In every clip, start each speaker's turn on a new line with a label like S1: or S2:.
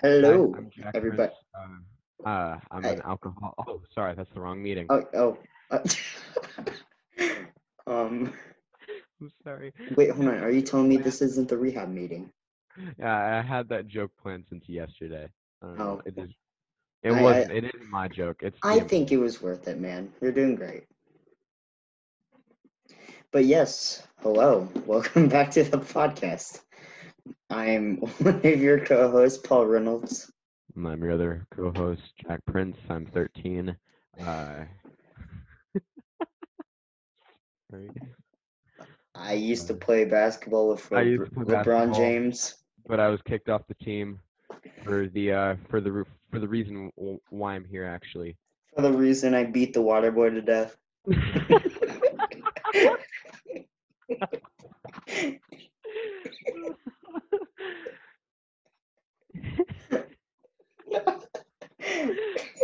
S1: Hello,
S2: Hi, I'm Jack
S1: everybody.
S2: Prince. Uh, uh, I'm
S1: Hey.
S2: an alcohol. Oh, sorry, that's the wrong meeting.
S1: Oh, oh. uh, um,
S2: I'm sorry.
S1: wait, hold on. Are you telling me this isn't the rehab meeting?
S2: Yeah, I had that joke planned since yesterday. I don't know.
S1: Oh.
S2: It is. It
S1: I- I-
S2: wasn't. It isn't my joke. It's.
S1: I
S2: the-
S1: think it was worth it, man. You're doing great. But yes, hello. Welcome back to the podcast. I'm one of your co hosts, Paul Reynolds.
S2: and I'm your other co-host, Jack Prince. I'm 13. Uh, sorry.
S1: I used to play basketball with
S2: I
S1: Le-
S2: used to play
S1: LeBron
S2: basketball.
S1: James.
S2: but I was kicked off the team for the uh, for the roo- for the reason w- why I'm here actually.
S1: For the reason I beat the water boy to death.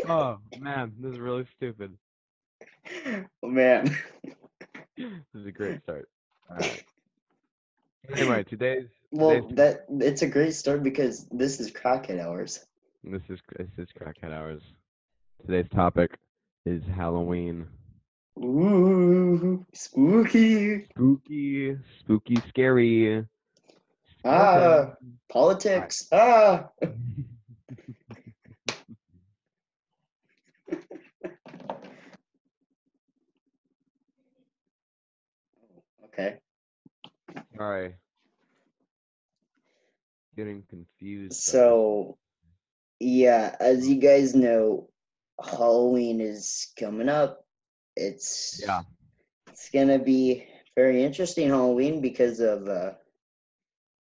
S2: oh man, this is really stupid.
S1: Oh, man.
S2: This is a great start. All right. Anyway, today's
S1: Well,
S2: Today's-
S1: that it's a great start because this is crackhead hours.
S2: this is this is crackhead hours. Today's topic is Halloween.
S1: Ooh, spooky.
S2: Spooky, spooky, scary.
S1: Ah. Politics. Ah,
S2: Spooky.
S1: okay.
S2: Sorry. Getting confused. by
S1: So, yeah, as you guys know, Halloween is coming up. It's
S2: this. yeah,
S1: it's gonna be very interesting Halloween because of uh,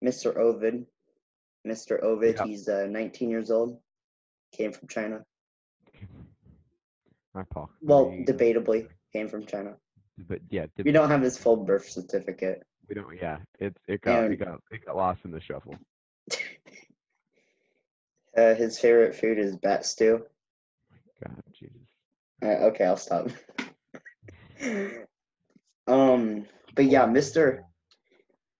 S1: Mr. Ovid. Mr. Ovid,
S2: Yeah.
S1: he's uh, 19 years old, came from China.
S2: my fault.
S1: Well,
S2: We-
S1: debatably, came from China.
S2: But yeah, deb-
S1: We don't have his full birth certificate.
S2: we don't. Yeah, it it got
S1: And-
S2: it got it got lost in the shuffle.
S1: Uh, his favorite food is bat stew.
S2: God, Jesus.
S1: Uh, okay, I'll stop. um, but yeah, Mister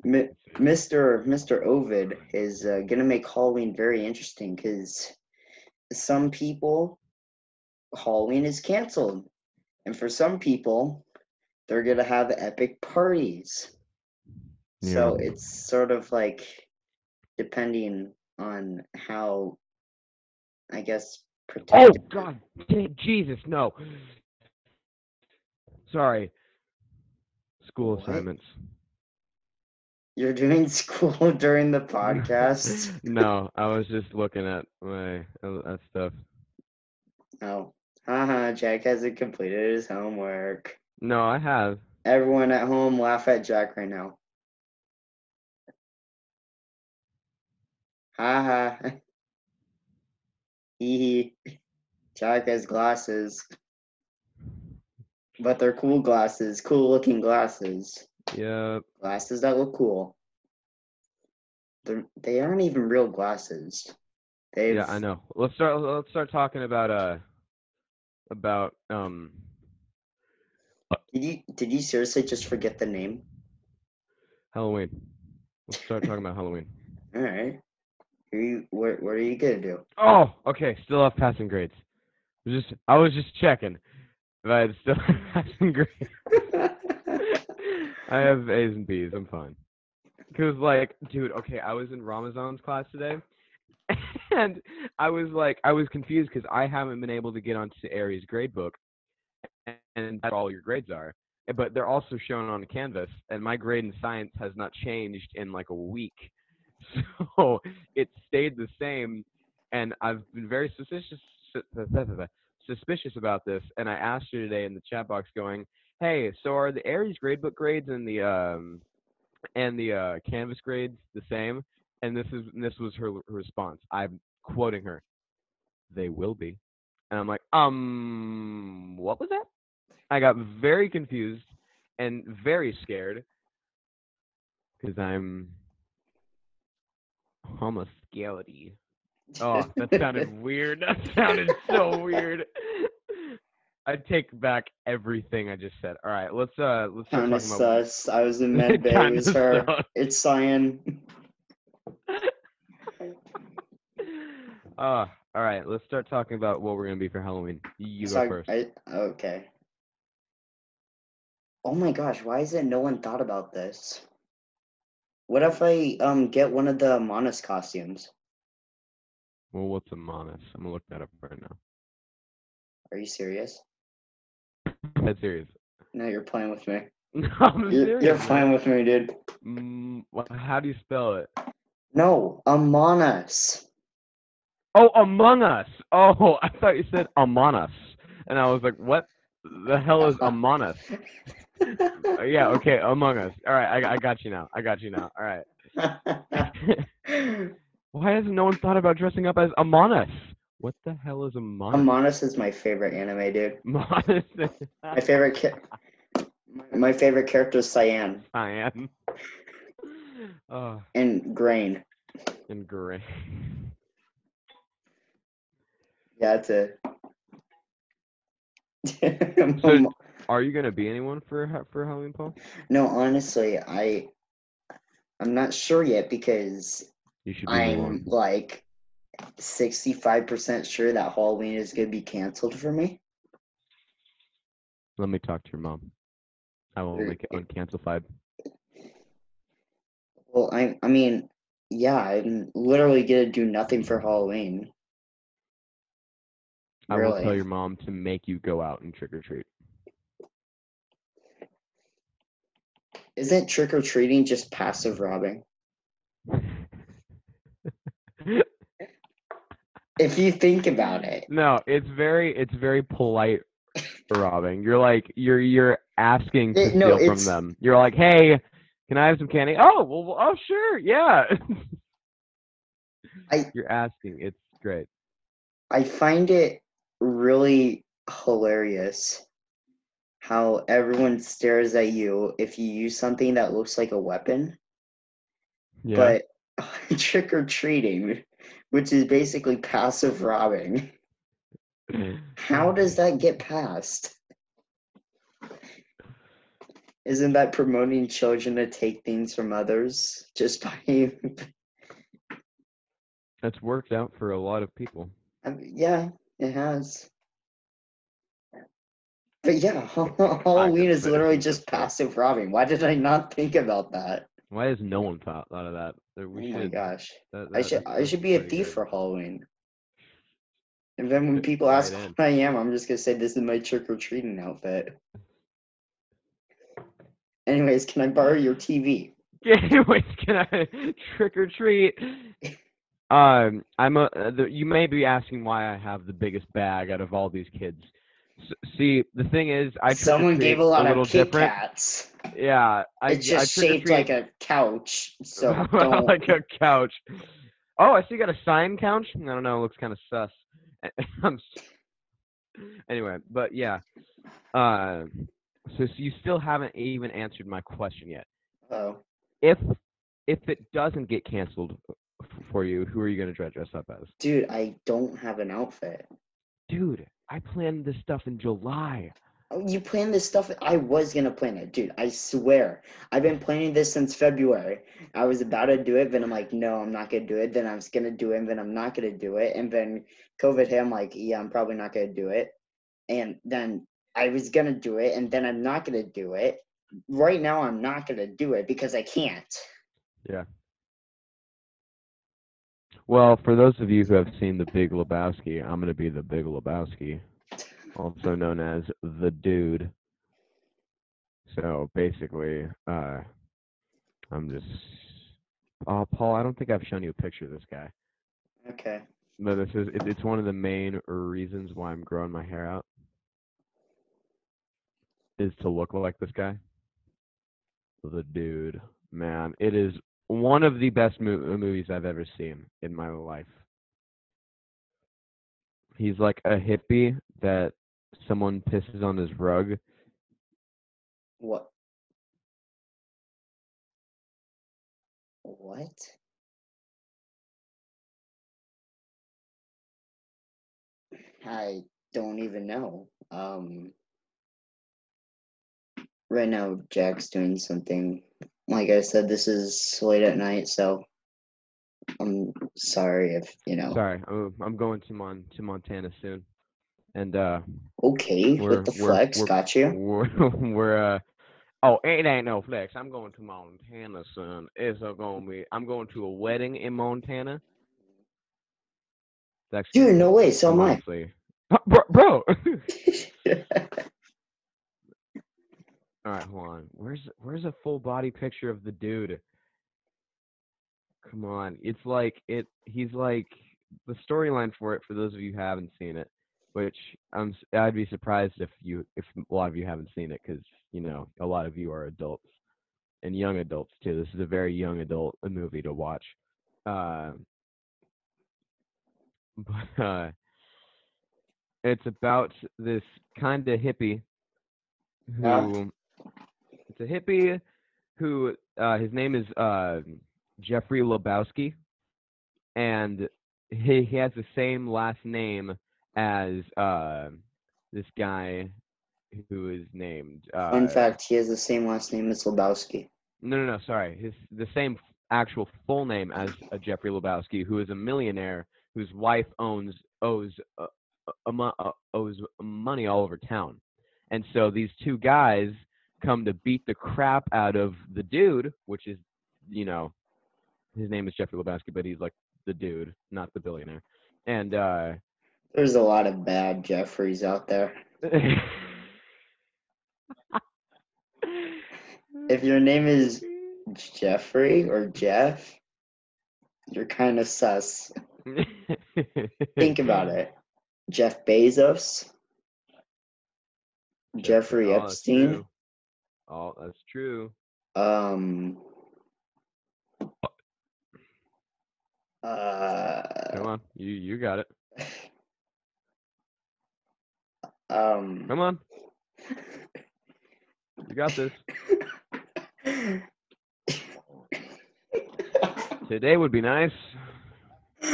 S1: Mi- Mister Mister Ovid is uh, gonna make Halloween very interesting because some people Halloween is canceled, and for some people, they're gonna have epic parties. So
S2: Yeah.
S1: it's sort of like depending on how I guess
S2: Oh
S1: protected.
S2: God, dang- Jesus, no. Sorry. School
S1: What?
S2: assignments.
S1: You're doing school during the podcast.
S2: no, I was just looking at my uh, at stuff.
S1: oh. Haha, Jack hasn't completed his homework.
S2: No, I have.
S1: Everyone at home laugh at Jack right now. Haha. Hee hee. Jack has glasses. But they're cool glasses, cool looking glasses.
S2: Yep.
S1: Glasses that look cool. They're, they aren't even real glasses. They've,
S2: Yeah, I know. Let's start. Let's start talking about uh, about um.
S1: Did you did you seriously just forget the name?
S2: Halloween. Let's start talking about Halloween.
S1: All right. Are you, what, what are you gonna do?
S2: Oh, okay. Still off passing grades. I was just I was just checking, but I still passing grades. I have A's and B's. I'm fine. Cause like, dude, okay, I was in Ramazan's class today, and I was like, I was confused because I haven't been able to get onto Aries grade book, and that's all your grades are. But they're also shown on Canvas, and my grade in science has not changed in like a week, so it stayed the same. And I've been very suspicious suspicious about this. And I asked you today in the chat box, going, "Hey, so are the Aries gradebook grades and the um and the uh, Canvas grades the same?" And this is and this was her l- response. I'm quoting her. They will be. And I'm like, um, what was that? I got very confused and very scared because I'm homoscality. Oh, that sounded weird. That sounded so weird. I take back everything I just said. All right, let's uh let's start
S1: kind of
S2: talking about
S1: sus. I was in med bay. It
S2: Kinda
S1: was her.
S2: sus.
S1: It's Cyan.
S2: Uh, all right, let's start talking about what we're gonna be for Halloween. You
S1: So
S2: go
S1: I-
S2: first.
S1: I- okay. Oh my gosh, why is it no one thought about this? What if I um get one of the Monas costumes?
S2: well, what's a monas? I'm gonna look that up right now.
S1: Are you serious?
S2: That's serious.
S1: No, you're playing with me.
S2: No, I'm
S1: You're,
S2: serious.
S1: you're
S2: man.
S1: playing with me, dude.
S2: Mm, wha- how do you spell it?
S1: No, a Monas.
S2: Oh, Among Us. Oh, I thought you said Among Us, and I was like, what the hell is Among Us? Uh, yeah, okay, Among Us. All right, I, I got you now. I got you now. All right. Why hasn't no one thought about dressing up as Among Us? What the hell is Among Us?
S1: Amonas is my favorite anime, dude.
S2: Among Us.
S1: My favorite cha- my- my favorite character is Cyan
S2: I am. Oh,
S1: and Grain.
S2: and great.
S1: Yeah, that's it.
S2: So- Are you gonna be anyone for ha- for Halloween, Paul?
S1: no, honestly, I I'm not sure yet because
S2: You should be
S1: I'm
S2: one.
S1: like 65% sure that Halloween is going to be canceled for me.
S2: Let me talk to your mom. I will
S1: You're-
S2: make it uncancelified.
S1: Well, I I mean, yeah, I'm literally going to do nothing for Halloween.
S2: I will tell
S1: Really?
S2: your mom to make you go out and trick or treat.
S1: Isn't trick or treating just passive robbing? If you think about it.
S2: No, it's very it's very polite robbing. You're like you're you're asking to
S1: It- no,
S2: steal from
S1: it's-
S2: them. You're like, "Hey, can I have some candy?" "Oh, well, well, oh sure. Yeah."
S1: I-
S2: You're asking. It's great.
S1: I find it really hilarious how everyone stares at you if you use something that looks like a weapon,
S2: Yeah.
S1: but trick or treating, which is basically passive robbing. How does that get passed? Isn't that promoting children to take things from others just by,
S2: That's worked out for a lot of people.
S1: I mean, Um, yeah, it has. But yeah, Halloween is
S2: better
S1: literally
S2: than
S1: just
S2: this, right?
S1: passive robbing. Why did I not think about that?
S2: Why has no one thought, thought of that? That
S1: Oh
S2: We
S1: my
S2: should,
S1: gosh.
S2: that-
S1: I
S2: that-
S1: should
S2: that's-
S1: I
S2: that's
S1: should be a
S2: pretty
S1: thief
S2: good.
S1: for Halloween. And then when people
S2: Right
S1: ask
S2: in.
S1: what I am, I'm just gonna say this is my trick or treating outfit. Anyways, can I borrow your TV?
S2: Anyways, can I trick or treat? Um, I'm a. uh, The, you may be asking why I have the biggest bag out of all these kids. S- see, the thing is, I trick or
S1: Someone
S2: treat
S1: gave a lot
S2: little
S1: of Kit
S2: different.
S1: Kats.
S2: Yeah, I
S1: It's
S2: I
S1: just
S2: trick or
S1: shaped like
S2: treat
S1: a couch, so don't.
S2: like a couch. Oh, I see. You got a sign couch. I don't know. It looks kind of sus. I'm s- anyway, but yeah. Uh, so, so you still haven't even answered my question yet.
S1: Oh,
S2: if if it doesn't get canceled uh, f- for you, who are you gonna dre- dress up as?
S1: dude, I don't have an outfit.
S2: Dude, I planned this stuff in July.
S1: Oh, you plan this stuff? I was gonna plan it, dude. I swear. I've been planning this since February. I was about to do it, then I'm like, no, I'm not gonna do it. Then I was gonna do it, and then I'm not gonna do it. And then COVID hit, I'm like, yeah, I'm probably not gonna do it. And then I was gonna do it, and then I'm not gonna do it. Right now, I'm not gonna do it because I can't.
S2: Well, for those of you who have seen The Big Lebowski, I'm gonna be the Big Lebowski, also known as the Dude. So basically, uh, I'm just. Oh, Paul, I don't think I've shown you a picture of this guy.
S1: Okay.
S2: No, this is it, it's one of the main reasons why I'm growing my hair out is to look like this guy. The dude, man, it is one of the best mo- uh, movies I've ever seen in my life. He's like a hippie that someone pisses on his rug.
S1: What? What? I don't even know. Um, right now, Jack's doing something. Like I said, this is late at night, so I'm sorry if you know.
S2: Sorry, I'm, I'm going to Mon to Montana soon, and uh,
S1: Okay,
S2: we're
S1: with the
S2: we're-
S1: flex,
S2: we're-
S1: got you.
S2: We're, we're uh, oh, it ain't no flex. I'm going to Montana soon. It's a gonna be. I'm going to a wedding in Montana. That's
S1: Dude, no way. So am I.
S2: honestly, bro. bro. All right, hold on. Where's where's a full body picture of the dude? Come on. It's like it he's like the storyline for it for those of you who haven't seen it, which I'm s- I'd be surprised if you if a lot of you haven't seen it cuz you know, a lot of you are adults and young adults too. This is a very young adult movie to watch. Uh, but uh, it's about this kind of hippie who
S1: Yeah.
S2: it's a hippie who uh, his name is uh, Jeffrey Lebowski, and he, he has the same last name as uh, this guy who is named. Uh,
S1: Fun fact: He has the same last name as Lebowski.
S2: no, no, no. Sorry, his the same f- actual full name as uh, Jeffrey Lebowski, who is a millionaire whose wife owns owes uh, uh, mo- uh, owes money all over town, and so these two guys come to beat the crap out of the dude, which is, you know, his name is Jeffrey Lebowski, but he's like the dude, not the billionaire, and. uh
S1: There's a lot of bad Jeffreys out there. If your name is Jeffrey or Jeff, you're kind of sus. Think about it. Jeff Bezos, Jeffrey
S2: Oh, that's
S1: Epstein,
S2: true. Oh, that's true.
S1: um,
S2: Come
S1: uh,
S2: on, you you got it.
S1: um,
S2: Come on, you got this. Today would be nice.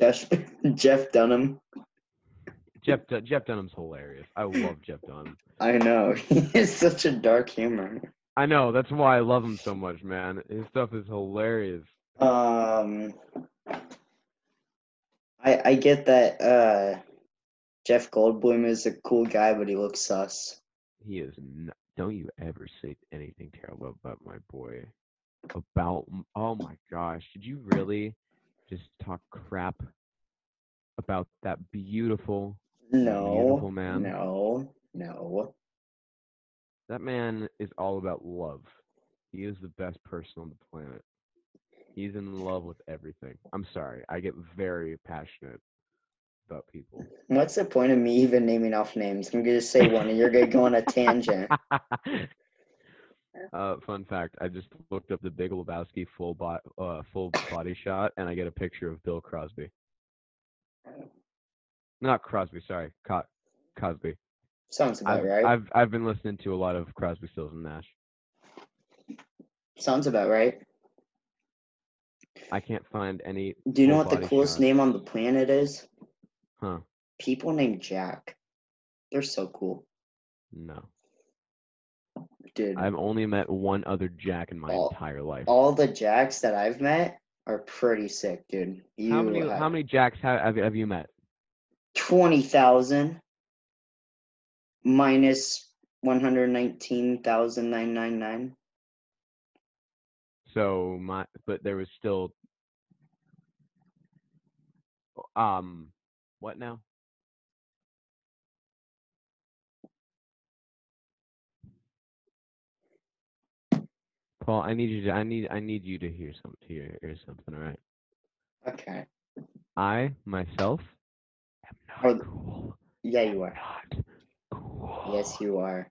S1: Jeff Jeff Dunham.
S2: Jeff Dun- Jeff Dunham's hilarious. I love Jeff Dunham.
S1: I know he has such a dark humor.
S2: I know that's why I love him so much, man. His stuff is hilarious.
S1: Um, I I get that uh, Jeff Goldblum is a cool guy, but he looks sus.
S2: He is. N- don't you ever say anything terrible about my boy. About m- oh my gosh, did you really just talk crap about that beautiful
S1: No,
S2: Beautiful man.
S1: no, no.
S2: That man is all about love. He is the best person on the planet. He's in love with everything. I'm sorry. I get very passionate about people.
S1: What's the point of me even naming off names? I'm gonna say one, and you're gonna go on a tangent.
S2: uh, fun fact: I just looked up the Big Lebowski full bo- uh, full body shot, and I get a picture of Bill Crosby. Not Crosby, sorry, Co- Cosby.
S1: Sounds about
S2: I've,
S1: right.
S2: I've I've been listening to a lot of Crosby, Stills, and Nash.
S1: Sounds about right.
S2: I can't find any.
S1: Do you know
S2: full
S1: what the
S2: body
S1: coolest
S2: shot.
S1: name on the planet is?
S2: Huh?
S1: People named Jack. They're so cool,
S2: No.
S1: dude.
S2: I've only met one other Jack in my
S1: All-
S2: entire life.
S1: All the Jacks that I've met are pretty sick, dude. You
S2: how many how many Jacks have have, have you met?
S1: twenty thousand minus one hundred nineteen thousand nine nine nine.
S2: So my but there was still um what now? Paul, I need you to I need I need you to hear some to hear, hear something, all right?
S1: Okay.
S2: I myself am not
S1: Are-
S2: cool.
S1: Yeah, you are.
S2: Not cool.
S1: Yes, you are.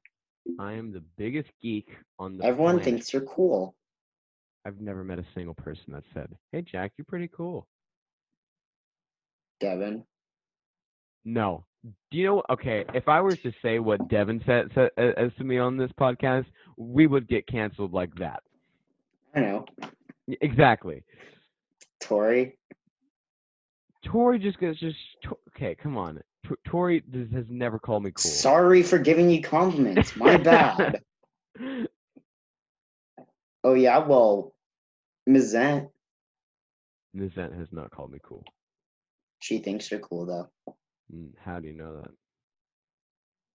S2: I am the biggest geek on the
S1: Everyone
S2: planet.
S1: thinks you're cool.
S2: I've never met a single person that said, "Hey, Jack, you're pretty cool."
S1: Devin.
S2: No. Do you know? Okay, if I were to say what Devin said, said a- as to me on this podcast, we would get canceled like that.
S1: I know.
S2: Y- Exactly.
S1: Tori.
S2: Tori just goes, just Tor- okay. Come on, Tor- Tori does, has never called me cool.
S1: Sorry for giving you compliments. My bad. Oh yeah, well, Ms. Zant,
S2: Ms. Zant has not called me cool.
S1: she thinks you're cool though.
S2: Mm, How do you know that?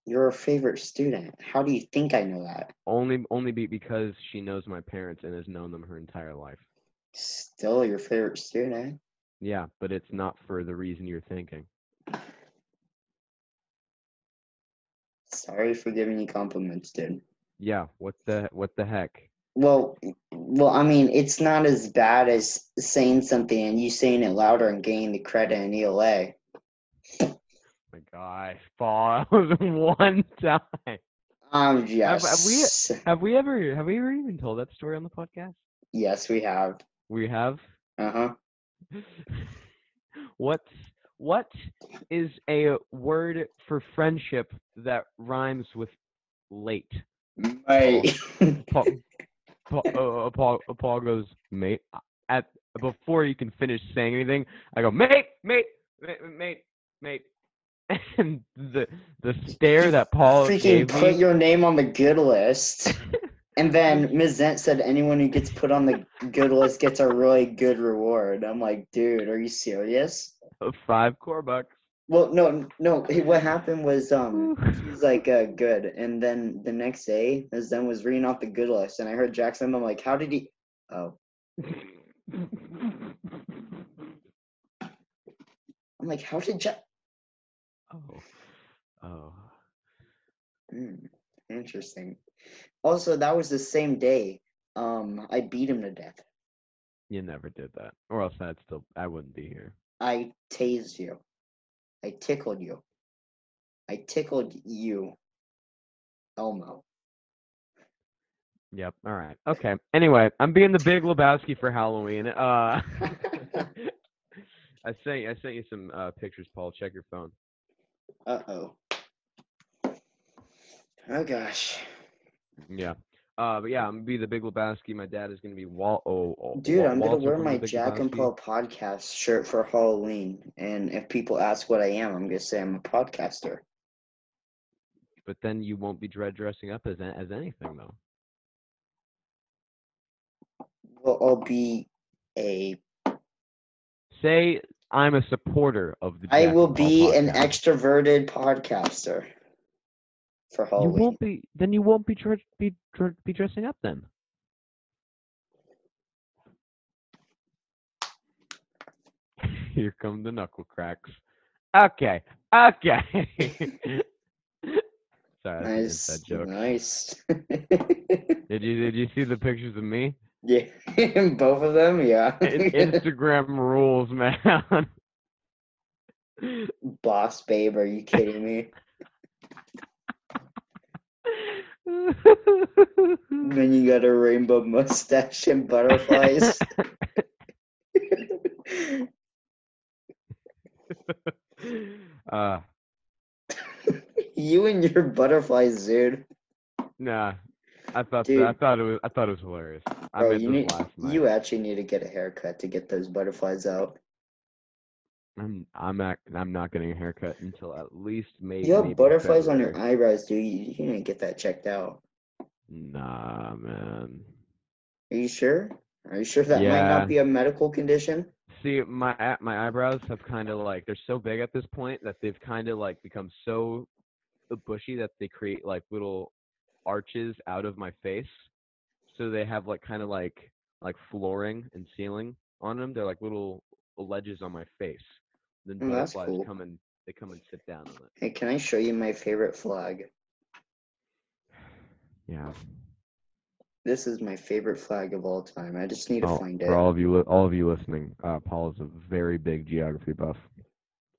S1: You're her favorite student. How do you think I know that?
S2: Only only be because she knows my parents and has known them her entire life.
S1: Still your favorite student.
S2: Yeah, but it's not for the reason you're thinking.
S1: Sorry for giving you compliments, dude.
S2: Yeah, what the what the heck?
S1: Well, well, I mean, it's not as bad as saying something and you saying it louder and getting the credit in E ELA.
S2: Oh My guy, Paul, that was one time.
S1: Um,
S2: Have-
S1: yes.
S2: have we- Have we ever have we ever even told that story on the podcast?
S1: Yes, we have.
S2: We have.
S1: Uh huh.
S2: what what is a word for friendship that rhymes with late?
S1: Right.
S2: Paul, Paul, uh, Paul, Paul goes, mate. At before you can finish saying anything, I go, mate, mate, mate, mate, mate. And the the stare that Paul
S1: Freaking
S2: gave me,
S1: put your name on the good list. And then Ms. Zent said anyone who gets put on the good list gets a really good reward. I'm like, dude, are you serious?
S2: uh, five core bucks.
S1: Well, no, no. he- What happened was, um, he was like, uh, good. And then the next day, Ms. Zent was reading off the good list, and I heard Jackson. I'm like, how did he? Oh, I'm like, how did Jack?
S2: oh, oh.
S1: Mm, interesting. Also, that was the same day. Um, I beat him to death.
S2: You never did that, or else I'd still I wouldn't be here.
S1: I tased you. I tickled you. I tickled you, Elmo.
S2: Yep. All right. Okay. Anyway, I'm being the Big Lebowski for Halloween. Uh, I sent I sent you some uh, pictures, Paul. Check your phone.
S1: Uh oh. Oh gosh,
S2: Yeah. Uh, but yeah, I'm gonna be the Big Lebowski. My dad is gonna be Wal. Oh, oh
S1: dude!
S2: Wa-
S1: I'm gonna
S2: Walter
S1: wear
S2: from The
S1: my
S2: Big
S1: Jack and
S2: Lebowski.
S1: Paul podcast shirt for Halloween, and if people ask what I am, I'm gonna say I'm a podcaster.
S2: But then you won't be dread dressing up as a- as anything though.
S1: Well, I'll be a.
S2: Say I'm a supporter of the.
S1: I
S2: Jack
S1: will
S2: and Paul
S1: be an
S2: podcast.
S1: extroverted podcaster for
S2: You
S1: Halloween.
S2: won't be. Then you won't be dre- be dre- be dressing up then. Here come the knuckle cracks. Okay. Okay. Sorry, that's
S1: nice,
S2: an inside joke.
S1: nice.
S2: Did you did you see the pictures of me?
S1: yeah, both of them. Yeah.
S2: In- Instagram rules, man.
S1: Boss babe, are you kidding me? Then you got a rainbow mustache and butterflies.
S2: uh,
S1: you and your butterflies, dude.
S2: nah. I thought so. I
S1: Dude.
S2: thought it was I thought it was hilarious. I
S1: Bro,
S2: made
S1: you
S2: this
S1: need,
S2: last night.
S1: you actually need to get a haircut to get those butterflies out.
S2: I'm I'm not I'm not getting a haircut until at least maybe.
S1: You
S2: maybe
S1: have butterflies on your
S2: February.
S1: eyebrows, dude. You, you need to get that checked out.
S2: Nah, man.
S1: Are you sure? Are you sure that might
S2: Yeah.
S1: not be a medical condition?
S2: See, my a- my eyebrows have kind of like they're so big at this point that they've kind of like become so uh, bushy that they create like little arches out of my face. So they have like kind of like like flooring and ceiling on them. They're like little ledges on my face. Then
S1: Oh, that's
S2: butterflies
S1: cool.
S2: come and they come and sit down on it.
S1: Hey, can I show you my favorite flag?
S2: Yeah.
S1: This is my favorite flag of all time. I just need to
S2: Oh,
S1: find
S2: For
S1: it.
S2: all of you, li- all of you listening, uh, Paul is a very big geography buff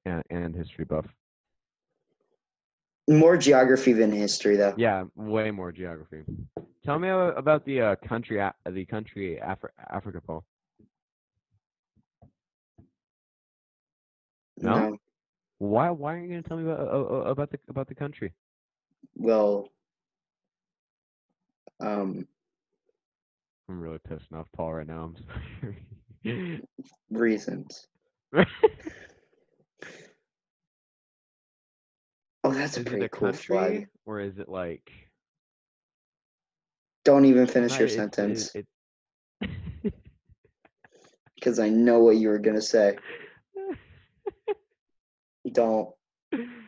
S2: and, and history buff.
S1: More geography than history, though.
S2: Yeah, way more geography. Tell me a- about the uh, country, a- the country Afri- Africa, Paul. No? Why, why aren't you gonna tell me about uh, uh, about the about the country?
S1: Well, um,
S2: I'm really pissed off, Paul, right now. I'm sorry.
S1: reasons. Oh, that's
S2: is
S1: a
S2: it
S1: pretty
S2: a
S1: cool
S2: country
S1: flag.
S2: or is it like?
S1: Don't even finish
S2: not-
S1: your
S2: it's-
S1: sentence.
S2: It, it,
S1: because I know what you were gonna say. Don't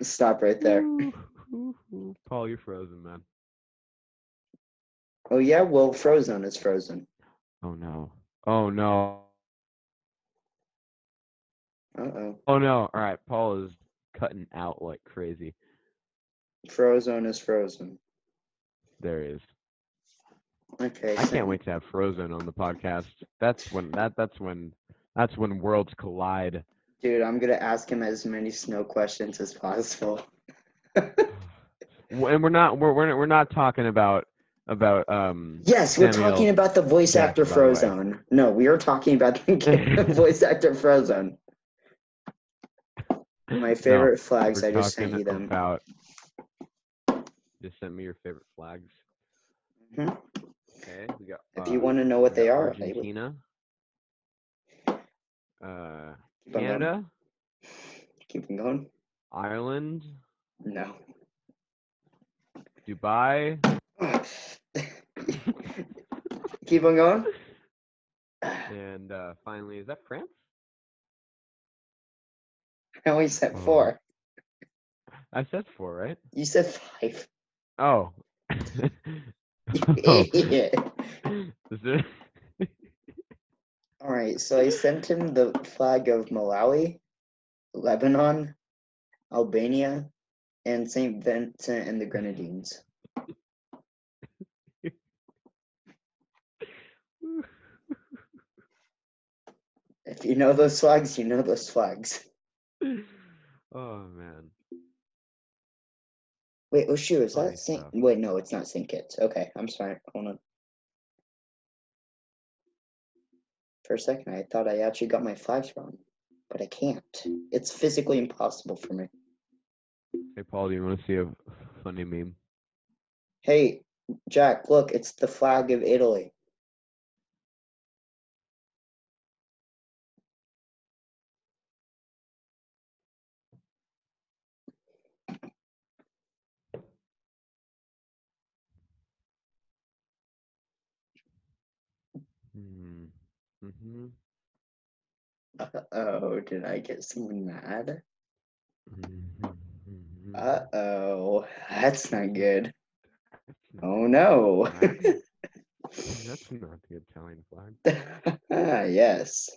S1: stop right there.
S2: Paul, you're frozen, man.
S1: Oh yeah, well, Frozen is Frozen.
S2: Oh no. Oh no.
S1: Uh oh,
S2: Oh no. All right, Paul is cutting out like crazy.
S1: Frozen is Frozen.
S2: There he is.
S1: Okay,
S2: I
S1: so-
S2: can't wait to have Frozen on the podcast. That's when that that's when that's when worlds collide.
S1: dude. I'm gonna ask him as many snow questions as possible.
S2: W- And we're not we're we're not- we're not talking about about um
S1: Yes, we're
S2: Samuel
S1: talking about the voice
S2: Jackson,
S1: actor
S2: by the way.
S1: Frozen. No, we are talking about the voice actor Frozen. My
S2: no,
S1: favorite flags.
S2: we're
S1: I just sent you
S2: talking
S1: them.
S2: About, just send me your favorite flags.
S1: Mhm.
S2: Okay, we got.
S1: If you
S2: uh,
S1: want to know what
S2: we
S1: they
S2: got
S1: are, I would
S2: Argentina. Uh,
S1: keep on going.
S2: Canada,
S1: Keep on going.
S2: Ireland,
S1: No.
S2: Dubai.
S1: keep on going.
S2: And uh, finally, is that France?
S1: I only said
S2: Oh.
S1: four.
S2: I said four, right?
S1: You said five.
S2: Oh. Oh.
S1: Idiot.
S2: Is there-
S1: All right, so I sent him the flag of Malawi, Lebanon, Albania, and St. Vincent and the Grenadines. If you know those flags, you know those flags.
S2: oh man.
S1: Wait, oh shoot, is
S2: Funny
S1: that St.
S2: stuff.
S1: Wait, no, it's not St. Kitts. Okay, I'm sorry. Hold on. For a second, I thought I actually got my flags wrong, but I can't. It's physically impossible for me.
S2: Hey Paul, do you want to see a funny meme?
S1: Hey, Jack, look, it's the flag of Italy.
S2: Hmm. Mm-hmm.
S1: Uh oh, did I get someone mad?
S2: Mhm.
S1: Uh oh, that's not good. Oh no.
S2: Flag? That's not the Italian flag.
S1: yes.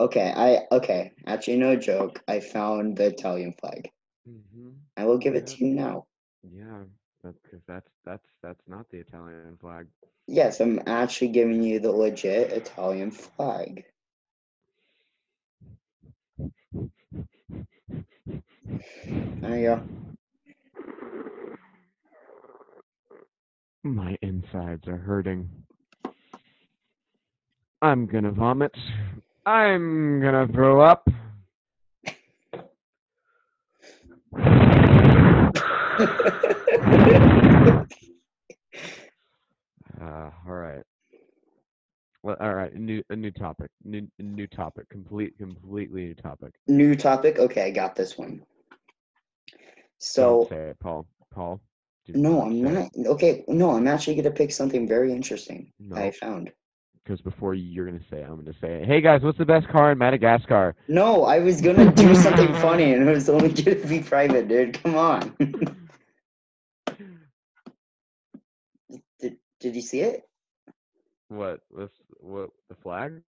S1: Okay, I okay. Actually, no joke. I found the Italian flag.
S2: Mm-hmm.
S1: I will give it to you now.
S2: Yeah, that's because that's that's that's not the Italian flag.
S1: Yes, I'm actually giving you the legit Italian flag. There you go.
S2: My insides are hurting. I'm gonna vomit. I'm gonna throw up. Uh, all right. Well, all right. New a new topic. New new topic. Complete completely new topic.
S1: New topic. Okay, I got this one.
S2: Don't
S1: So
S2: say it, Paul. Paul. do
S1: no, I'm
S2: say it.
S1: not. Okay, no, I'm actually gonna pick something very interesting. I
S2: No.
S1: found.
S2: because before you're gonna say it, I'm gonna say it. Hey guys, what's the best car in Madagascar?
S1: No, I was gonna do something funny, and it was only gonna be private, dude. Come on. did Did you see it?
S2: What? This? What? The flag?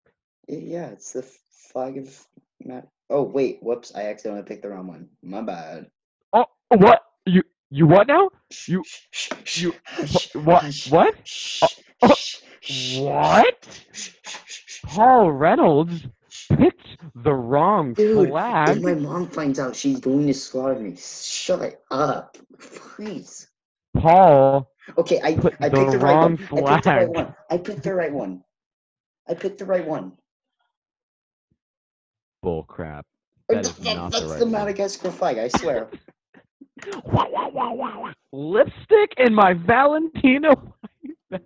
S1: Y- Yeah, it's the f- flag of Matt. Oh wait, whoops! I accidentally picked the wrong one. My bad.
S2: Oh, what? You you what now?
S1: Shh,
S2: You-
S1: shh, shh, shh,
S2: you-
S1: hush, hush,
S2: What?
S1: shh,
S2: Oh, oh,
S1: shh, shh,
S2: What?
S1: shh, shh, shh, shh.
S2: Paul Reynolds picked the wrong
S1: Dude, if
S2: flag.
S1: my mom finds out, she's going to slaughter me. Shut up, please.
S2: Paul
S1: Okay, I
S2: put
S1: I
S2: the
S1: picked the right
S2: wrong
S1: one. I picked the right
S2: flag.
S1: one. I picked the right one. I picked the right one.
S2: Bull crap. That
S1: That's
S2: is not the
S1: that's
S2: right
S1: the
S2: one.
S1: Madagascar flag. I swear.
S2: Lipstick in my Valentino white bag.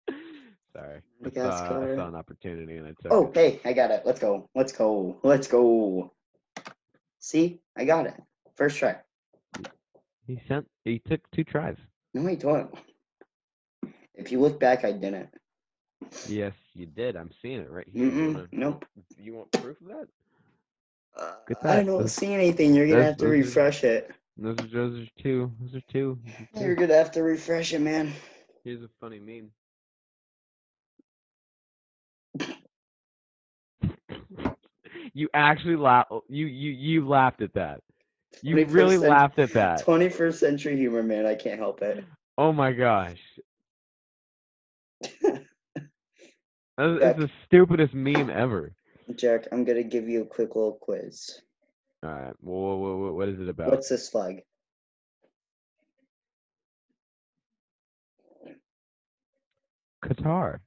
S2: Sorry. I saw, I
S1: Madagascar.
S2: saw an opportunity and I took
S1: Oh,
S2: it.
S1: hey, I got it. Let's go. Let's go. Let's go. See, I got it. First try.
S2: He sent. He took two tries.
S1: No, I don't. If you look back, I didn't.
S2: Yes, you did. I'm seeing it right here. You
S1: Mm-mm,
S2: wanna-
S1: nope.
S2: You want proof of that?
S1: Uh,
S2: Good
S1: I
S2: thought.
S1: don't see anything. You're gonna
S2: That's-
S1: have to
S2: that's-
S1: refresh it.
S2: Those are, those are two. Those are two. Those are
S1: You're
S2: two.
S1: gonna have to refresh it, man.
S2: Here's a funny meme. you actually laugh. You you you laughed at that. You
S1: 21st
S2: really
S1: cent-
S2: laughed at that.
S1: 21st century humor, man. I can't help it.
S2: Oh my gosh. That-
S1: That-
S2: It's the stupidest meme ever.
S1: Jack, I'm gonna give you a quick little quiz.
S2: All right. Well, what, what, what is it about?
S1: What's this flag?
S2: Qatar.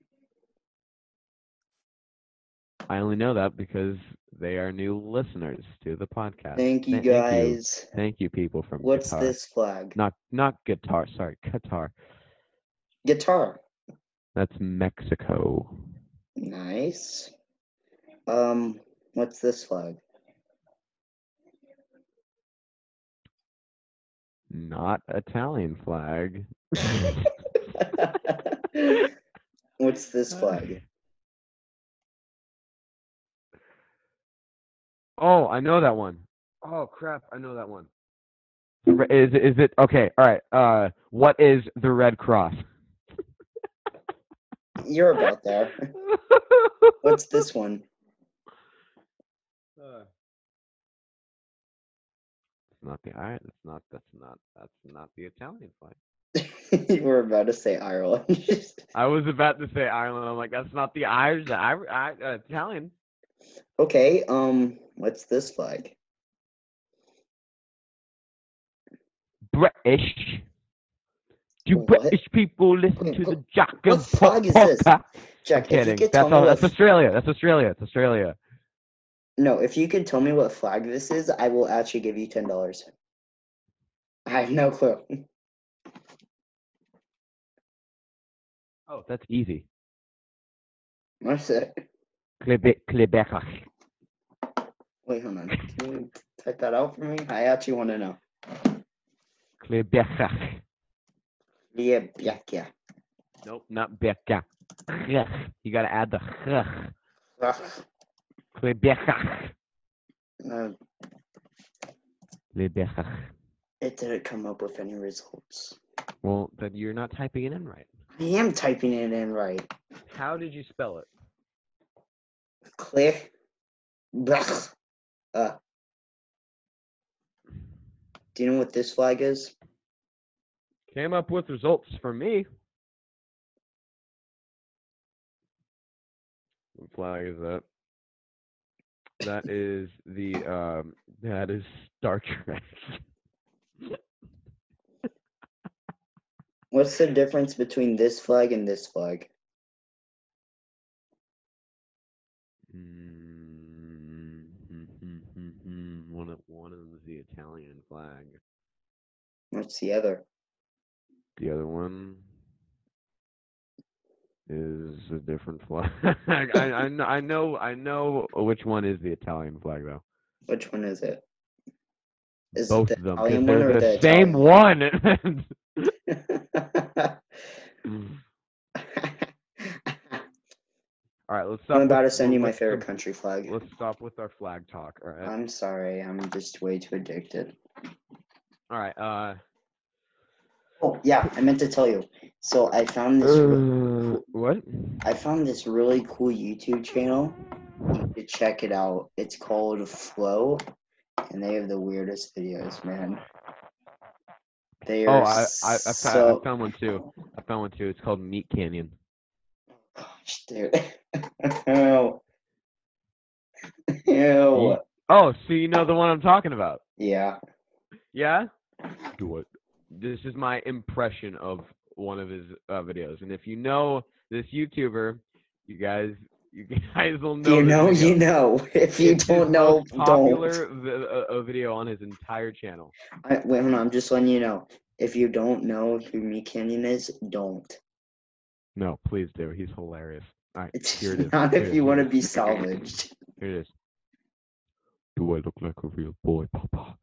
S2: I only know that because they are new listeners to the podcast.
S1: Thank you
S2: Th- Thank you,
S1: guys.
S2: Thank you, people from
S1: What's
S2: Qatar.
S1: this flag?
S2: Not not guitar. Sorry, Qatar.
S1: Guitar.
S2: That's Mexico.
S1: Nice. Um, what's this flag?
S2: Not Italian flag.
S1: what's this
S2: Uh,
S1: flag?
S2: Oh, I know that one. Oh crap, I know that one. The re- Is is it okay? All right. Uh, what is the Red Cross?
S1: You're about there. What's this one? Uh.
S2: It's not the iron. That's not. That's not. That's not the Italian flag.
S1: you were about to say Ireland.
S2: I was about to say Ireland. I'm like, that's not the Irish. The I, I, uh, Italian.
S1: okay. Um, what's this flag?
S2: British. You
S1: What?
S2: British people listen
S1: Wait,
S2: to
S1: but
S2: the Jack and
S1: what flag is this?
S2: Pop- Pop-
S1: Jack, if you
S2: Kidding.
S1: could
S2: That's
S1: tell me
S2: all.
S1: what
S2: That's Australia. That's Australia. That's Australia.
S1: No, if you could tell me what flag this is, I will actually give you ten dollars. I have no clue.
S2: Oh, that's easy.
S1: What's it?
S2: Quebec. Quebec.
S1: Wait, hold on. Can you type that out for me? I actually want to know.
S2: Quebec.
S1: Yeah, yeah, yeah.
S2: Nope, not Becca. You gotta add the
S1: Ugh,
S2: Quebec.
S1: no,
S2: Quebec.
S1: it didn't come up with any results.
S2: Well, then you're not typing it in right.
S1: I am typing it in right.
S2: How did you spell it?
S1: Click. Blech. Uh, do you know what this flag is?
S2: Came up with results for me. What flag is that? That is the um that is Star Trek.
S1: What's the difference between this flag and this flag?
S2: Mm-hmm. Mm, hmm, hmm, hmm, hmm. One of one is the Italian flag.
S1: What's the other?
S2: The other one is a different flag. I, I kn- I know I know which one is the Italian flag though.
S1: Which one is it? Is it
S2: Both
S1: the
S2: of them. 'cause
S1: Italian one
S2: They're
S1: or
S2: the
S1: the
S2: same
S1: Italian?
S2: one. All right, let's stop.
S1: I'm
S2: with-
S1: about to send you my
S2: let's-
S1: favorite country Uh, flag.
S2: Let's stop with our flag talk. All right.
S1: I'm sorry, I'm just way too addicted.
S2: All right. Uh,
S1: Oh yeah, I meant to tell you. So I found this. re-
S2: uh, what?
S1: I found this really cool YouTube channel. You should check it out. It's called Flow, and they have the weirdest videos, man. They
S2: Oh,
S1: are
S2: I I, I, found,
S1: so
S2: I found one too. I found one too. It's called Meat Canyon.
S1: gosh, dude. Ew. Ew.
S2: Oh, so you know the one I'm talking about?
S1: Yeah.
S2: Yeah. Do it. This is my impression of one of his uh, videos, and if you know this YouTuber, you guys, you guys will know.
S1: you
S2: this
S1: know,
S2: video.
S1: you know. If you
S2: It's his
S1: don't know,
S2: most
S1: don't.
S2: popular vi- uh, uh, video on his entire channel.
S1: I, wait, hold on. I'm just letting you know. If you don't know who Meat Canyon is, don't.
S2: No, please do. He's hilarious. All right,
S1: It's
S2: here it is.
S1: not
S2: Here it
S1: if
S2: is,
S1: you
S2: here
S1: want
S2: it
S1: to
S2: is.
S1: be salvaged.
S2: Here it is. Do I look like a real boy, Papa?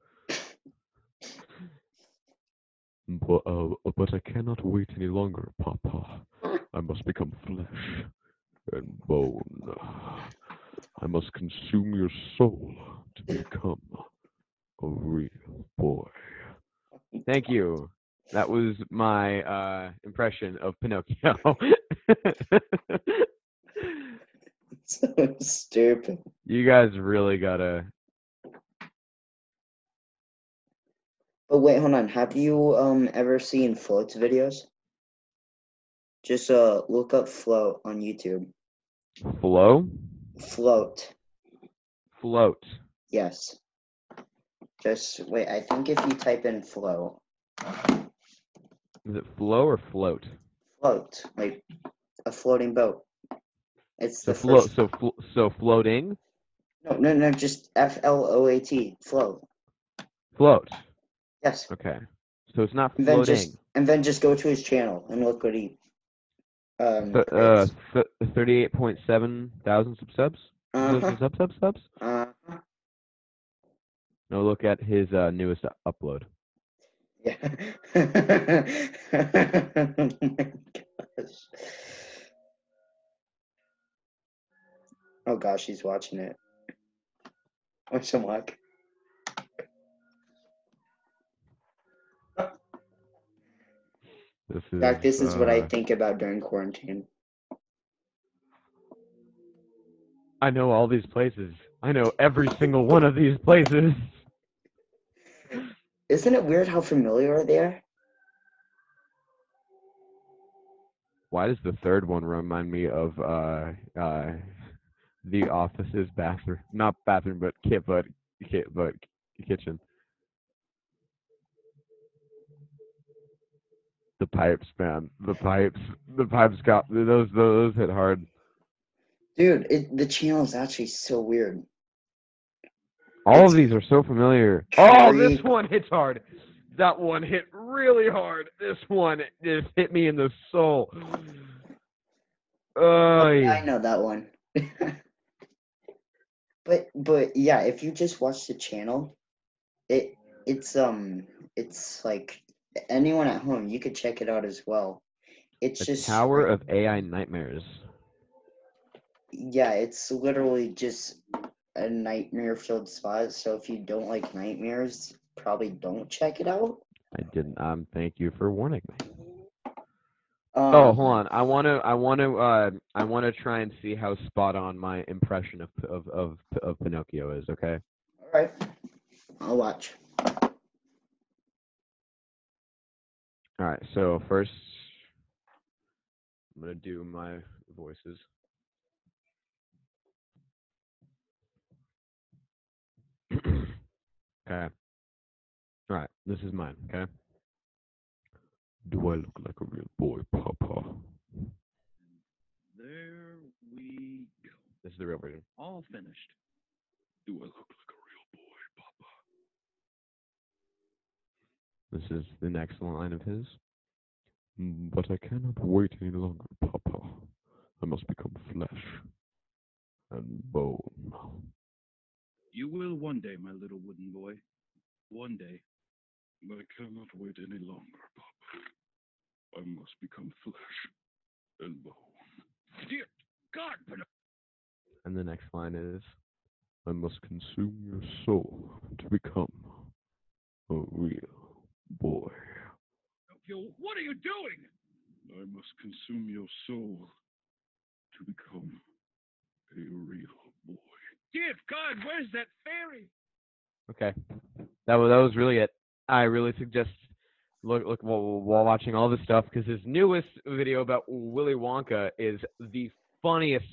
S2: But, uh, but I cannot wait any longer, Papa. I must become flesh.
S3: and bone. I must consume your soul to become a real boy.
S2: Thank you. That was my uh, impression of Pinocchio.
S1: so stupid.
S2: you guys really gotta.
S1: But wait, hold on. Have you um ever seen Float's videos? Just uh look up Float on YouTube.
S2: Flow?
S1: Float.
S2: Float.
S1: Yes. Just wait, I think if you type in float,
S2: Is it flow or float?
S1: float, like a floating boat. It's
S2: So
S1: the
S2: float.
S1: first
S2: So flo- so floating.
S1: No, no, no, just F L O A T, float.
S2: Float.
S1: Yes.
S2: Okay. So it's not
S1: And then
S2: floating.
S1: just and then just go to his channel and look what he um
S2: Th- uh,
S1: creates.
S2: th- thirty-eight point seven thousand subs.
S1: Uh-huh,
S2: Sub sub subs.
S1: uh-huh.
S2: No, look at his uh, newest u- upload.
S1: Yeah. oh my gosh. Oh gosh, he's watching it. Wish him luck.
S2: This
S1: In
S2: is.
S1: fact, this is what I
S2: uh,
S1: think about during quarantine.
S2: I know all these places. I know every single one of these places.
S1: Isn't it weird how familiar they are?
S2: Why does the third one remind me of uh, uh, the office's bathroom? Not bathroom, but kit, but kit, but kitchen. The pipes, man. The pipes. The pipes got those. Those hit hard.
S1: Dude, it, the channel is actually so weird.
S2: All of these are so familiar. Oh, this
S1: Creep.
S2: one hits hard. That one hit really hard. This one just hit me in the soul.
S1: I
S2: Uh,
S1: know that one. but but yeah, if you just watch the channel, it it's um it's like anyone at home, you could check it out as well. It's
S2: the
S1: just
S2: Tower of AI Nightmares.
S1: yeah, it's literally just a nightmare filled spot. So if you don't like nightmares, probably don't check it out.
S2: I didn't. Um, thank you for warning me.
S1: Um,
S2: Oh, hold on. I want to. I want to. Uh, I want to try and see how spot on my impression of of of, of Pinocchio is. Okay.
S1: All right, I'll watch.
S2: All right. So first, I'm gonna do my voices. okay. All right. This is mine. Okay.
S3: Do I look like a real boy, Papa?
S4: There we go.
S2: This is the real version.
S4: All finished.
S3: Do I look like a real boy, Papa?
S2: This is the next line of his.
S3: Mm, But I cannot wait any longer, Papa. I must become flesh and bone.
S4: You will one day, my little wooden boy. One day.
S3: I cannot wait any longer, Papa. I must become flesh and bone.
S4: Dear God, Pinocchio!
S2: And the next line is.
S3: I must consume your soul to become a real boy.
S4: What are you doing?
S3: I must consume your soul to become a real boy.
S4: Dear God, where's that fairy?
S2: Okay, that was that was really it. I really suggest look look while, while watching all this stuff because his newest video about Willy Wonka is the funniest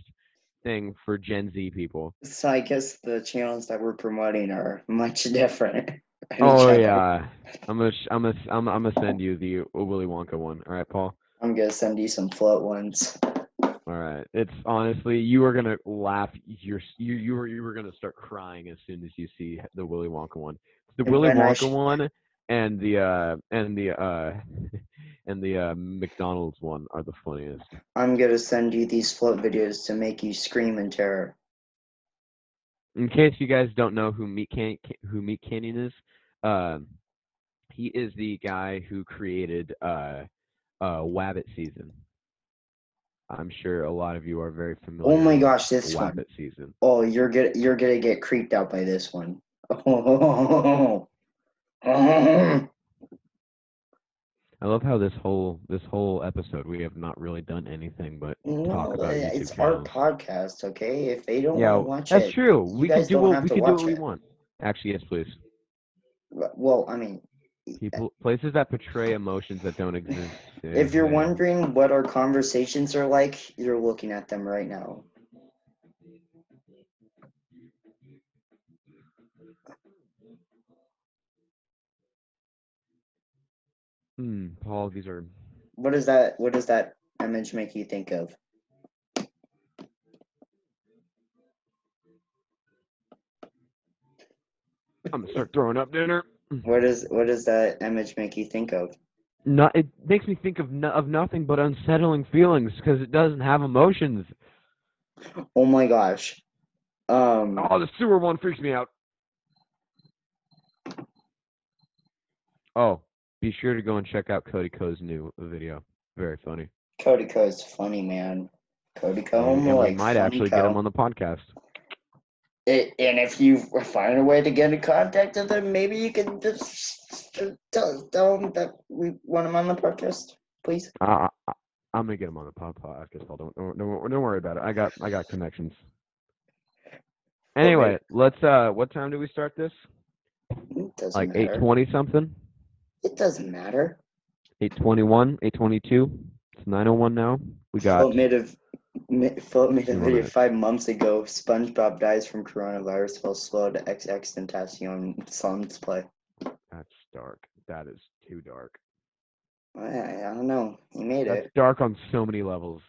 S2: thing for Gen Z people.
S1: So I guess the channels that we're promoting are much different. I mean,
S2: Oh
S1: check-
S2: yeah, I'm gonna sh- I'm gonna s- I'm, I'm gonna send you the Willy Wonka one. All right, Paul.
S1: I'm gonna send you some float ones.
S2: All right, it's honestly you are gonna laugh. You're s- you you were you were gonna start crying as soon as you see the Willy Wonka one. The
S1: And
S2: Willy
S1: when I
S2: Wonka
S1: sh-
S2: one and the uh and the uh and the uh, McDonald's one are the funniest.
S1: I'm gonna send you these float videos to make you scream in terror.
S2: in case you guys don't know who Meat Can- Ca- who Meat Canyon is, um, he is the guy who created uh, uh, Wabbit season. I'm sure a lot of you are very familiar.
S1: Oh my
S2: with
S1: gosh, this one.
S2: Wabbit season.
S1: Oh, you're get you're gonna get creeped out by this one. Oh,
S2: I love how this whole this whole episode we have not really done anything but
S1: no,
S2: talk about YouTube
S1: eh, it's our
S2: channels.
S1: podcast, okay? If they don't
S2: yeah,
S1: want to watch
S2: that's
S1: it,
S2: true.
S1: you
S2: we can
S1: guys
S2: do
S1: don't
S2: what
S1: have
S2: we
S1: to
S2: can do what
S1: watch
S2: we
S1: it.
S2: want. Actually, yes, please.
S1: well, I mean,
S2: People places that portray emotions that don't exist.
S1: if you're
S2: Yeah.
S1: wondering what our conversations are like, you're looking at them right now.
S2: Hmm, Paul, these are
S1: What does that? What does that image make you think of?
S2: I'm gonna start throwing up dinner.
S1: What does What does that image make you think of?
S2: No, it makes me think of no, of nothing but unsettling feelings because it doesn't have emotions.
S1: Oh my gosh. Um.
S2: Oh, the sewer one freaks me out. Oh, be sure to go and check out Cody Ko's new video. Very funny.
S1: Cody Co is funny, man. Cody Co.
S2: and, and we
S1: like
S2: might
S1: funny
S2: actually get
S1: Co.
S2: him on the podcast.
S1: It, and if you find a way to get in contact with them, maybe you can just tell, tell them that we want them on the podcast, please.
S2: I, I, I'm gonna get him on the pod- podcast. Paul. Don't, don't don't don't worry about it. I got I got connections.
S1: Okay.
S2: Anyway, let's. uh What time do we start this?
S1: It doesn't
S2: Like eight
S1: matter.
S2: twenty something.
S1: It doesn't mater.
S2: Eight twenty one. Eight twenty two. It's nine oh one now. We got.
S1: Philip made a mi- Philip made a
S2: Two
S1: video
S2: minutes.
S1: five months ago. SpongeBob dies from coronavirus while slow to XXXTentacion songs play.
S2: That's dark. That is too dark.
S1: I, I don't know. He made
S2: That's
S1: it.
S2: dark on so many levels.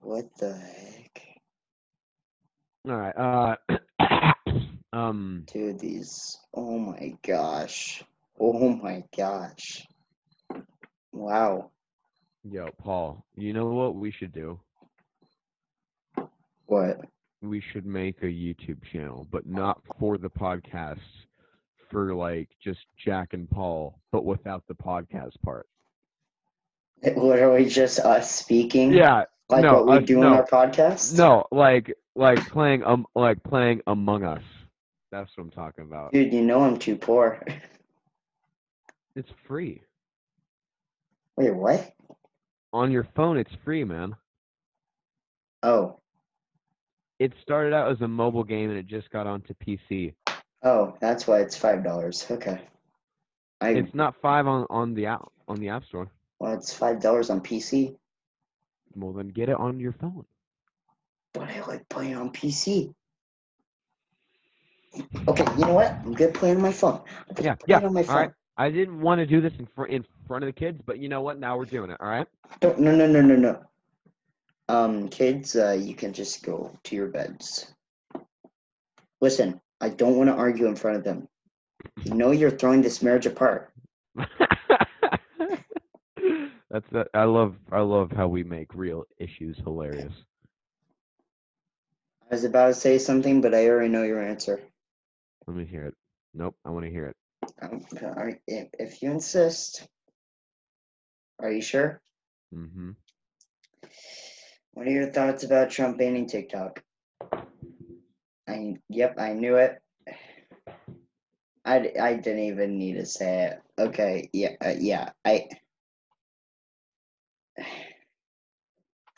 S1: What the heck?
S2: All right. Uh, um.
S1: Dude, these. Oh my gosh. Oh my gosh. Wow.
S2: Yo, Paul. You know what we should do?
S1: What?
S2: We should make a YouTube channel, but not for the podcast. For like just Jack and Paul, but without the podcast part.
S1: Literally just us speaking.
S2: Yeah.
S1: Like
S2: no,
S1: what we
S2: us-
S1: do
S2: no.
S1: on our podcast.
S2: No. Like like playing um like playing Among Us. That's what I'm talking about.
S1: Dude, you know I'm too poor.
S2: It's free
S1: Wait, what?
S2: on your phone. It's free, man.
S1: Oh.
S2: it started out as a mobile game and it just got onto PC.
S1: Oh, that's why it's five dollars. Okay. I
S2: It's not five on, on the app on the app store.
S1: well it's five dollars on PC.
S2: Well then get it on your phone.
S1: But I like playing on PC. Okay, you know what? I'm good playing on my phone. I'm good
S2: Yeah,
S1: playing
S2: yeah.
S1: on my phone.
S2: All right. I didn't want to do this in front in front of the kids, but you know what? Now we're doing it. All right.
S1: Don't, no, no, no, no, no. Um, kids, uh, you can just go to your beds. Listen, I don't want to argue in front of them. You know you're throwing this marriage apart.
S2: That's that. I love I love how we make real issues hilarious.
S1: I was about to say something, but I already know your answer.
S2: Let me hear it. Nope, I want to hear it.
S1: Um, I- if, if you insist, are you sure?
S2: Mm-hmm.
S1: What are your thoughts about Trump banning TikTok? I yep, I knew it. I, d- I didn't even need to say it. Okay, yeah, uh, yeah. I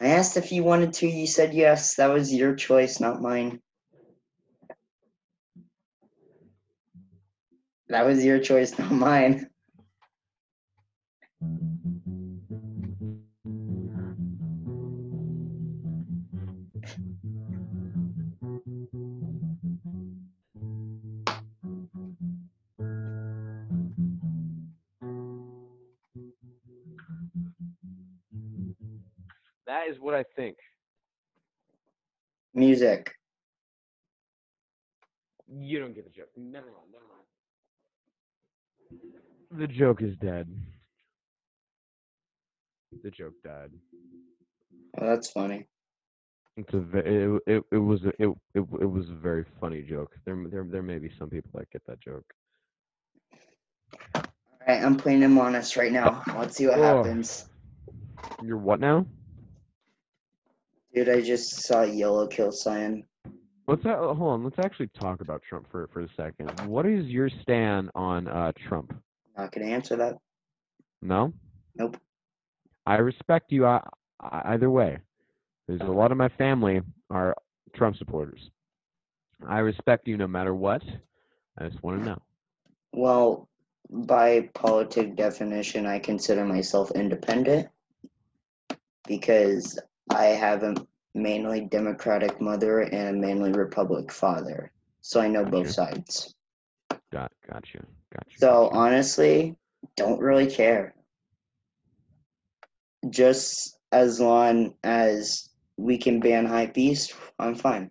S1: I asked if you wanted to. You said yes. That was your choice, not mine. That was your choice, not mine.
S2: That is what I think.
S1: Music.
S2: You don't get the joke. Never mind. Never mind. The joke is dead. The joke died.
S1: Oh, that's funny.
S2: It's a ve- it, it, it was a, it, it it was a very funny joke. There m- there there may be some people that get that joke.
S1: All right, I'm playing him honest right now. Let's see what
S2: Oh.
S1: happens.
S2: You're what now?
S1: Dude, I just saw yellow kill cyan.
S2: Let's a- hold on. Let's actually talk about Trump for for a second. What is your stand on uh, Trump?
S1: Not gonna answer that.
S2: No.
S1: Nope.
S2: I respect you I, either way. There's a lot of my family are Trump supporters. I respect you no matter what. I just want to know.
S1: Well, by politic definition, I consider myself independent because I have a mainly Democratic mother and a mainly Republic father. So I know both
S2: Gotcha.
S1: sides.
S2: Got gotcha. Gotcha.
S1: So
S2: gotcha.
S1: honestly, don't really care. Just as long as we can ban Hype Beast, I'm fine.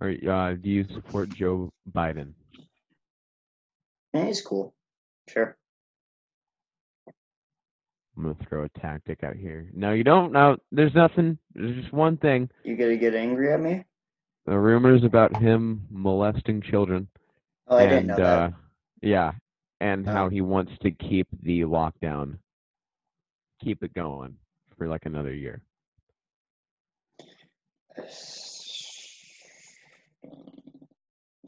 S2: All right, uh, do you support Joe Biden?
S1: That is cool. Sure.
S2: I'm gonna throw a tactic out here. No, you don't. No, there's nothing. There's just one thing.
S1: You gonna get angry at me?
S2: The rumors about him molesting children.
S1: Oh, I
S2: and,
S1: didn't know that.
S2: Uh, yeah, and how
S1: Oh.
S2: he wants to keep the lockdown, keep it going for like another year. uh,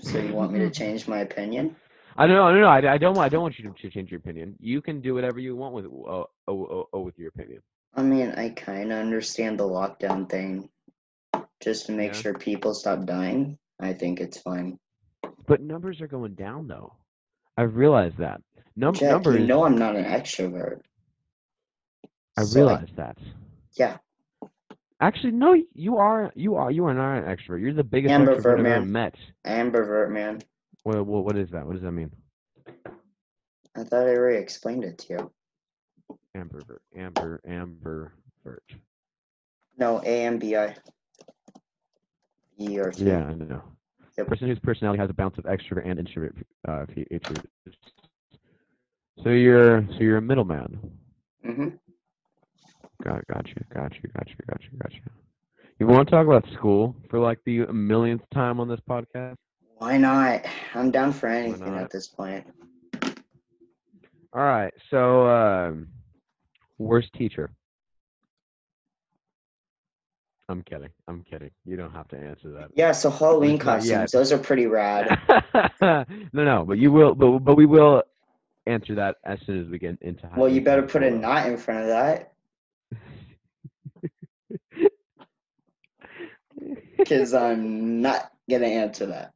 S1: So you want me to change my opinion?
S2: I don't know. No, no, I, I don't. I don't want you to, to change your opinion. You can do whatever you want with uh, oh, oh, oh, with your opinion.
S1: I mean, I kind of understand the lockdown thing, just to make
S2: Yeah.
S1: sure people stop dying. I think it's fine.
S2: But numbers are going down though. I realize that. Num-
S1: Jack,
S2: numbers.
S1: you know I'm not an extrovert.
S2: I
S1: So, like,
S2: realize that.
S1: Yeah.
S2: Actually, no. You are. You are. You are not an extrovert. You're the biggest
S1: Amber
S2: extrovert I've ever
S1: Birdman.
S2: met.
S1: ambivert, man.
S2: Well, well, what is that? What does that mean?
S1: I thought I already explained it to you.
S2: Ambervert. Amber. Ambervert.
S1: No, AMBI. E or T.
S2: Yeah, I know.
S1: Yep.
S2: Person whose personality has a balance of extrovert and introvert uh, fe- features. So you're so you're a middleman.
S1: hmm
S2: Got gotcha, gotcha, gotcha, gotcha, gotcha. You want to talk about school for like the millionth time on this podcast?
S1: Why not? I'm down for anything
S2: not?
S1: at this point.
S2: All right. So um, worst teacher. I'm kidding. I'm kidding. You don't have to answer that.
S1: Yeah, so Halloween
S2: Not
S1: costumes,
S2: yet.
S1: those are pretty rad.
S2: no, no, but you will, but but we will answer that as soon as we get into.
S1: well, you
S2: hyphen
S1: better put a
S2: solo.
S1: knot in front of that. because I'm not gonna answer that.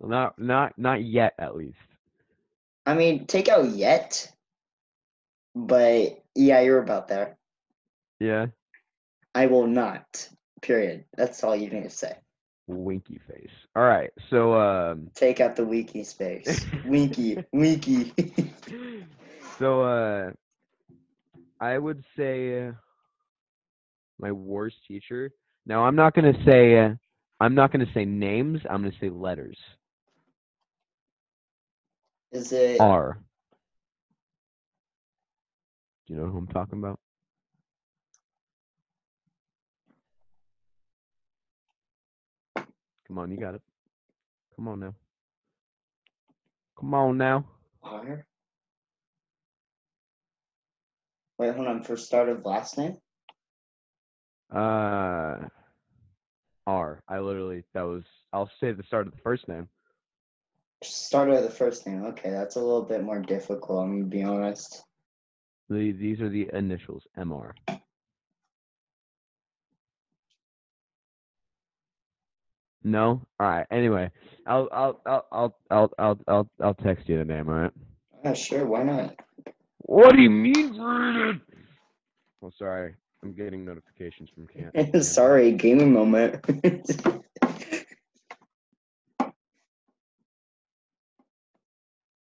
S2: not not not yet, at least.
S1: I mean, take out yet, but yeah, you're about there.
S2: Yeah,
S1: I will not. Period. That's all you need to say.
S2: winky face. All right, so um,
S1: Take out the wiki space. Winky, winky.
S2: so uh, I would say uh, my worst teacher. Now I'm not gonna say uh, I'm not gonna say names. I'm gonna say letters.
S1: Is it?
S2: R. Do you know who I'm talking about? Come on, you got it. Come on now. Come on now.
S1: R? Wait, hold on. First start of last name.
S2: Uh, R. I literally that was. I'll say the start of the first name.
S1: Start of the first name. Okay, that's a little bit more difficult. I'm gonna be honest.
S2: The, these are the initials. Mr. No. All right. Anyway, I'll I'll I'll I'll I'll I'll I'll, I'll text you the name. All right.
S1: Yeah, Uh, sure. Why not?
S2: What do you mean, Brandon? Well, Oh, sorry. I'm getting notifications from Cam. Cam.
S1: Sorry, gaming moment.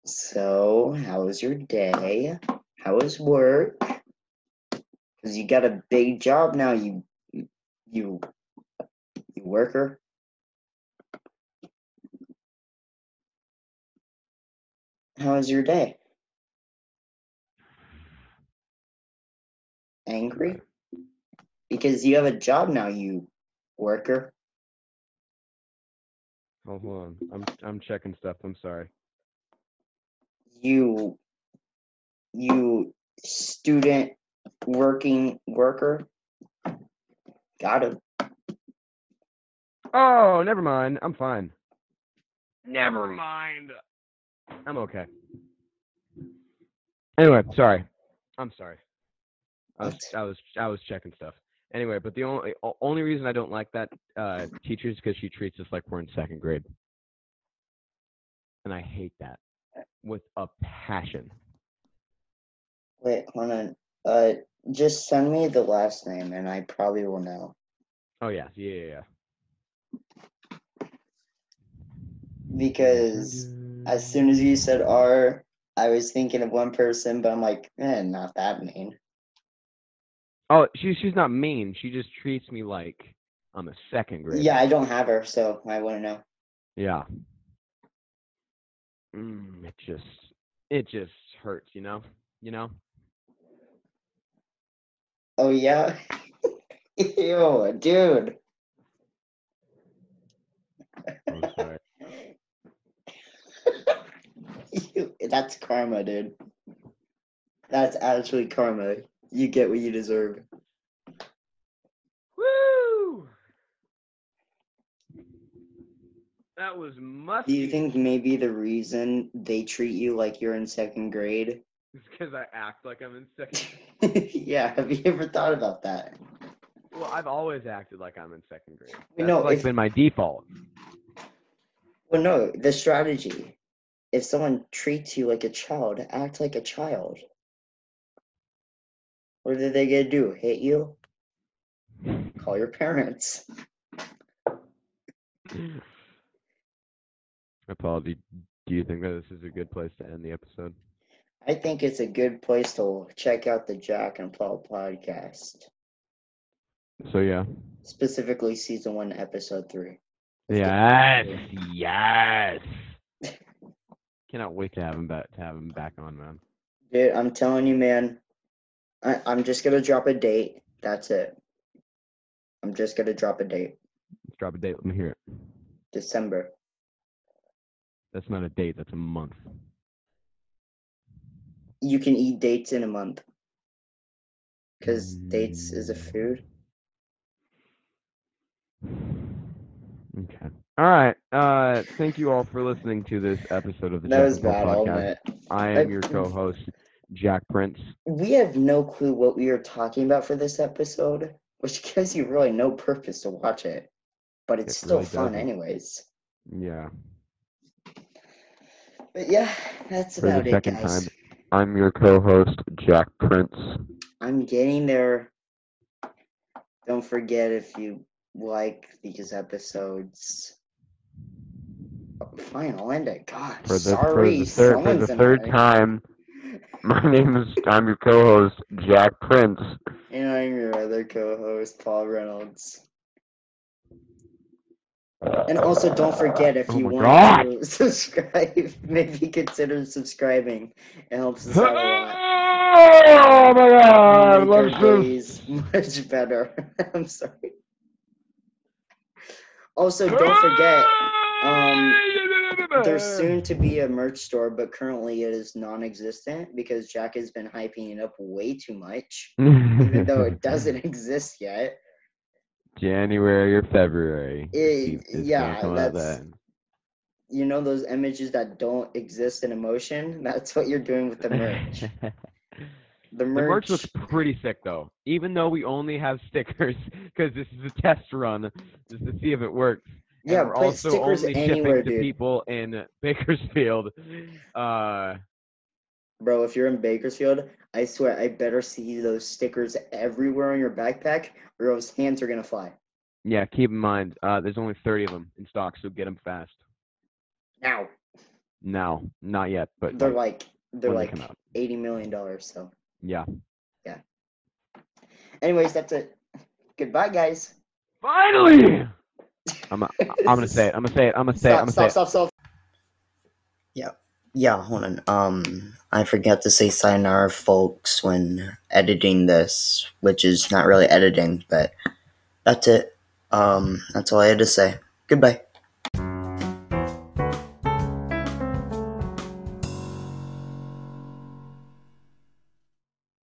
S1: so, how was your day? How was work? Cause you got a big job now. You, you, you worker. How was your day? Angry? Because you have a job now, you worker.
S2: Oh, hold on. I'm I'm checking stuff. I'm sorry.
S1: You you student working worker. Got him.
S2: Oh, never mind. I'm fine. Never mind. I'm okay. Anyway, sorry. I'm sorry. I was
S1: What?
S2: I was I was checking stuff. Anyway, but the only o- only reason I don't like that uh, teacher is because she treats us like we're in second grade, and I hate that with a passion.
S1: Wait, hold on. Uh, just send me the last name, and I probably will know.
S2: Oh yeah, yeah, yeah. yeah.
S1: Because as soon as you said R, I was thinking of one person, but I'm like, eh, not that mean.
S2: Oh, she's she's not mean. She just treats me like I'm a second grader.
S1: Yeah, I don't have her, so I wouldn't know.
S2: Yeah. Mm, it just it just hurts, you know? You know?
S1: Oh yeah. Ew, dude.
S2: I'm sorry.
S1: You- That's karma, dude. That's actually karma. You get what you deserve.
S2: Woo! That was musty.
S1: Do you think maybe the reason they treat you like you're in second grade?
S2: because I act like I'm in second
S1: yeah, have you ever thought about that?
S2: Well, I've always acted like I'm in second grade.
S1: You
S2: That's
S1: know,
S2: like
S1: if-
S2: been my default.
S1: Well, no, the strategy. If someone treats you like a child, act like a child. What are they gonna do? Hit you? Call your parents.
S2: Apology. Do you think that this is a good place to end the episode?
S1: I think it's a good place to check out the Jack and Paul podcast,
S2: So yeah.
S1: specifically season one, episode three.
S2: Yes, yes. Cannot wait to have him back to have him back on, man.
S1: Dude, I'm telling you, man. I, I'm just gonna drop a date. That's it. I'm just gonna drop a date.
S2: Let's drop a date. Let me hear it.
S1: December.
S2: That's not a date. That's a month.
S1: You can eat dates in a month. Cause dates is
S2: Mm.
S1: a food.
S2: Okay. All right. Uh, thank you all for listening to this episode of the
S1: That was
S2: Jack
S1: bad,
S2: and
S1: I'll
S2: Paul
S1: admit.
S2: I am your co-host, Jack Prince.
S1: We have no clue what we are talking about for this episode, which gives you really no purpose to watch it. But it's
S2: It
S1: still
S2: really
S1: fun
S2: doesn't.
S1: anyways.
S2: Yeah.
S1: But yeah, that's
S2: For the
S1: about it,
S2: second
S1: guys.
S2: time. I'm your co-host, Jack Prince.
S1: I'm getting there. Don't forget if you like these episodes. Oh, Fine, I'll end it. God,
S2: For the
S1: sorry,
S2: for the third for the
S1: someone's
S2: third
S1: annoying.
S2: time. My name is I'm your co-host, Jack Prince.
S1: And I'm your other co-host, Paul Reynolds. And also, don't forget if
S2: Oh
S1: you
S2: my
S1: want
S2: God.
S1: to subscribe, maybe consider subscribing. It helps us out a
S2: Oh
S1: lot.
S2: my god!
S1: Make
S2: love
S1: our
S2: this.
S1: days much better. I'm sorry. Also, don't forget um, there's
S2: Ah!
S1: soon to be a merch store, but currently it is non-existent because Jack has been hyping it up way too much, even though it doesn't exist yet.
S2: January or February.
S1: Eh,
S2: Keep this
S1: yeah,
S2: gonna come out
S1: that's-
S2: then.
S1: You know those images that don't exist in emotion? That's what you're doing with the merch. The
S2: the
S1: merch,
S2: merch looks pretty sick though, even though we only have stickers because this is a test run just to see if it works. And
S1: yeah,
S2: we're
S1: put
S2: also
S1: stickers
S2: only
S1: anywhere,
S2: shipping to
S1: dude.
S2: people in Bakersfield. Uh,
S1: Bro, if you're in Bakersfield, I swear I better see those stickers everywhere on your backpack, or else hands are gonna fly.
S2: yeah, keep in mind, uh, there's only 30 of them in stock, so get them fast.
S1: Now
S2: Now, not yet, but
S1: they're
S2: like,
S1: like they're
S2: when they
S1: like
S2: come out.
S1: eighty million dollars. So,
S2: Yeah.
S1: anyways, that's it. Goodbye, guys.
S2: Finally. I'm, I'm gonna say it. I'm gonna say it. I'm gonna say it. I'm gonna say it.
S1: stop, stop. Yeah, yeah. Hold on. Um, I forgot to say sayonara, folks, when editing this, which is not really editing, but that's it. Um, that's all I had to say. Goodbye.